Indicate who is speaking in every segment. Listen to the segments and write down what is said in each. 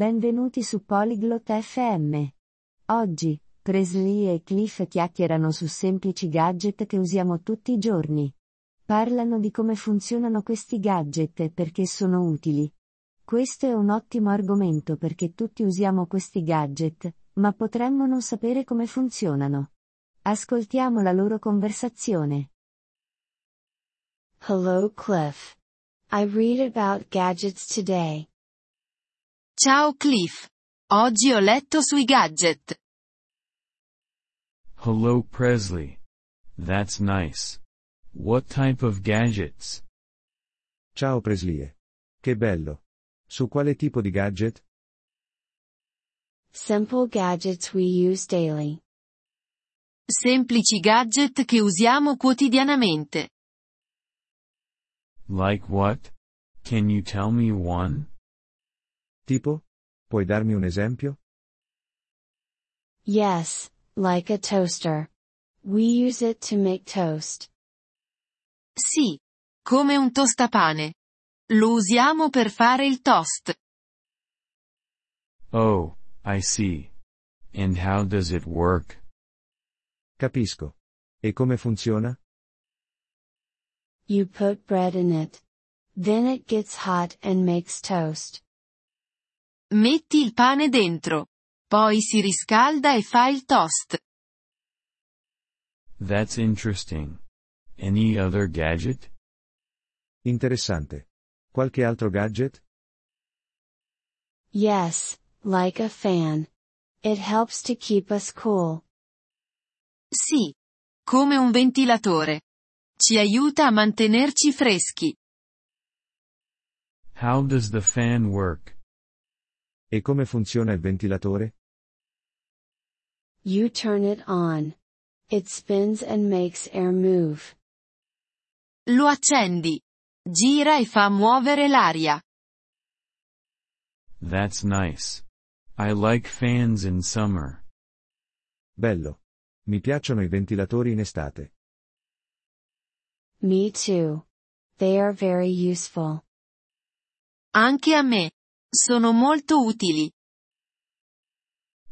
Speaker 1: Benvenuti su Polyglot FM. Oggi, Presley e Cliff chiacchierano su semplici gadget che usiamo tutti i giorni. Parlano di come funzionano questi gadget e perché sono utili. Questo è un ottimo argomento perché tutti usiamo questi gadget, ma potremmo non sapere come funzionano. Ascoltiamo la loro conversazione.
Speaker 2: Hello, Cliff. I read about gadgets today.
Speaker 3: Ciao Cliff. Oggi ho letto sui gadget.
Speaker 4: Hello Presley. That's nice. What type of gadgets?
Speaker 5: Ciao Presley. Che bello. Su quale tipo di gadget?
Speaker 2: Simple gadgets we use daily.
Speaker 3: Semplici gadget che usiamo quotidianamente.
Speaker 4: Like what? Can you tell me one?
Speaker 5: Tipo? Puoi darmi un esempio?
Speaker 2: Yes, like a toaster. We use it to make toast.
Speaker 3: Sì. Come un tostapane. Lo usiamo per fare il toast.
Speaker 4: Oh, I see. And how does it work?
Speaker 5: Capisco. E come funziona?
Speaker 2: You put bread in it. Then it gets hot and makes toast.
Speaker 3: Metti il pane dentro. Poi si riscalda e fa il toast.
Speaker 4: That's interesting. Any other gadget?
Speaker 5: Interessante. Qualche altro gadget?
Speaker 2: Yes, like a fan. It helps to keep us cool.
Speaker 3: Sì. Come un ventilatore. Ci aiuta a mantenerci freschi.
Speaker 4: How does the fan work?
Speaker 5: E come funziona il ventilatore?
Speaker 2: You turn it on. It spins and makes air move.
Speaker 3: Lo accendi. Gira e fa muovere l'aria.
Speaker 4: That's nice. I like fans in summer.
Speaker 5: Bello. Mi piacciono i ventilatori in estate.
Speaker 2: Me too. They are very useful.
Speaker 3: Anche a me. Sono molto utili.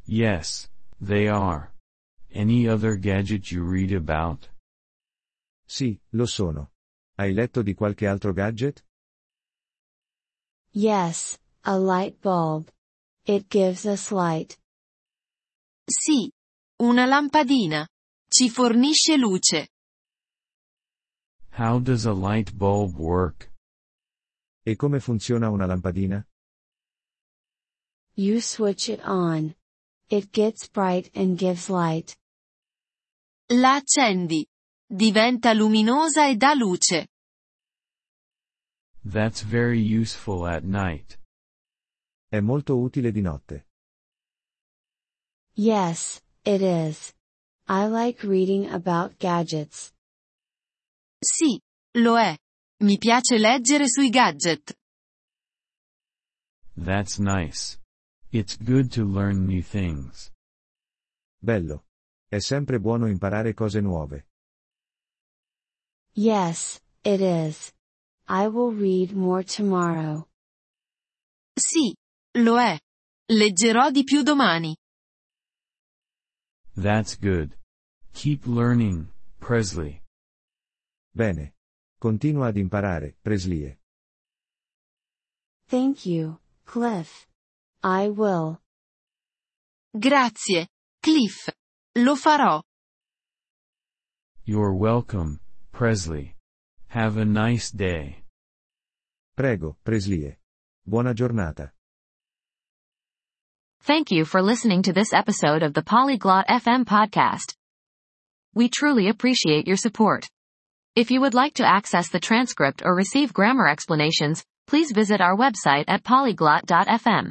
Speaker 4: Yes, they are. Any other gadget you read about?
Speaker 5: Sì, lo sono. Hai letto di qualche altro gadget?
Speaker 2: Yes, a light bulb. It gives us light.
Speaker 3: Sì. Una lampadina. Ci fornisce luce.
Speaker 4: How does a light bulb work?
Speaker 5: E come funziona una lampadina?
Speaker 2: You switch it on. It gets bright and gives light.
Speaker 3: La accendi. Diventa luminosa e dà luce.
Speaker 4: That's very useful at night.
Speaker 5: È molto utile di notte.
Speaker 2: Yes, it is. I like reading about gadgets.
Speaker 3: Sì. Lo è. Mi piace leggere sui gadget.
Speaker 4: That's nice. It's good to learn new things.
Speaker 5: Bello. È sempre buono imparare cose nuove.
Speaker 2: Yes, it is. I will read more tomorrow.
Speaker 3: Sì. Lo è. Leggerò di più domani.
Speaker 4: That's good. Keep learning, Presley.
Speaker 5: Bene. Continua ad imparare, Preslie.
Speaker 2: Thank you, Cliff. I will.
Speaker 3: Grazie. Cliff. Lo farò.
Speaker 4: You're welcome, Presley. Have a nice day.
Speaker 5: Prego, Preslie. Buona giornata.
Speaker 6: Thank you for listening to this episode of the Polyglot FM podcast. We truly appreciate your support. If you would like to access the transcript or receive grammar explanations, please visit our website at polyglot.fm.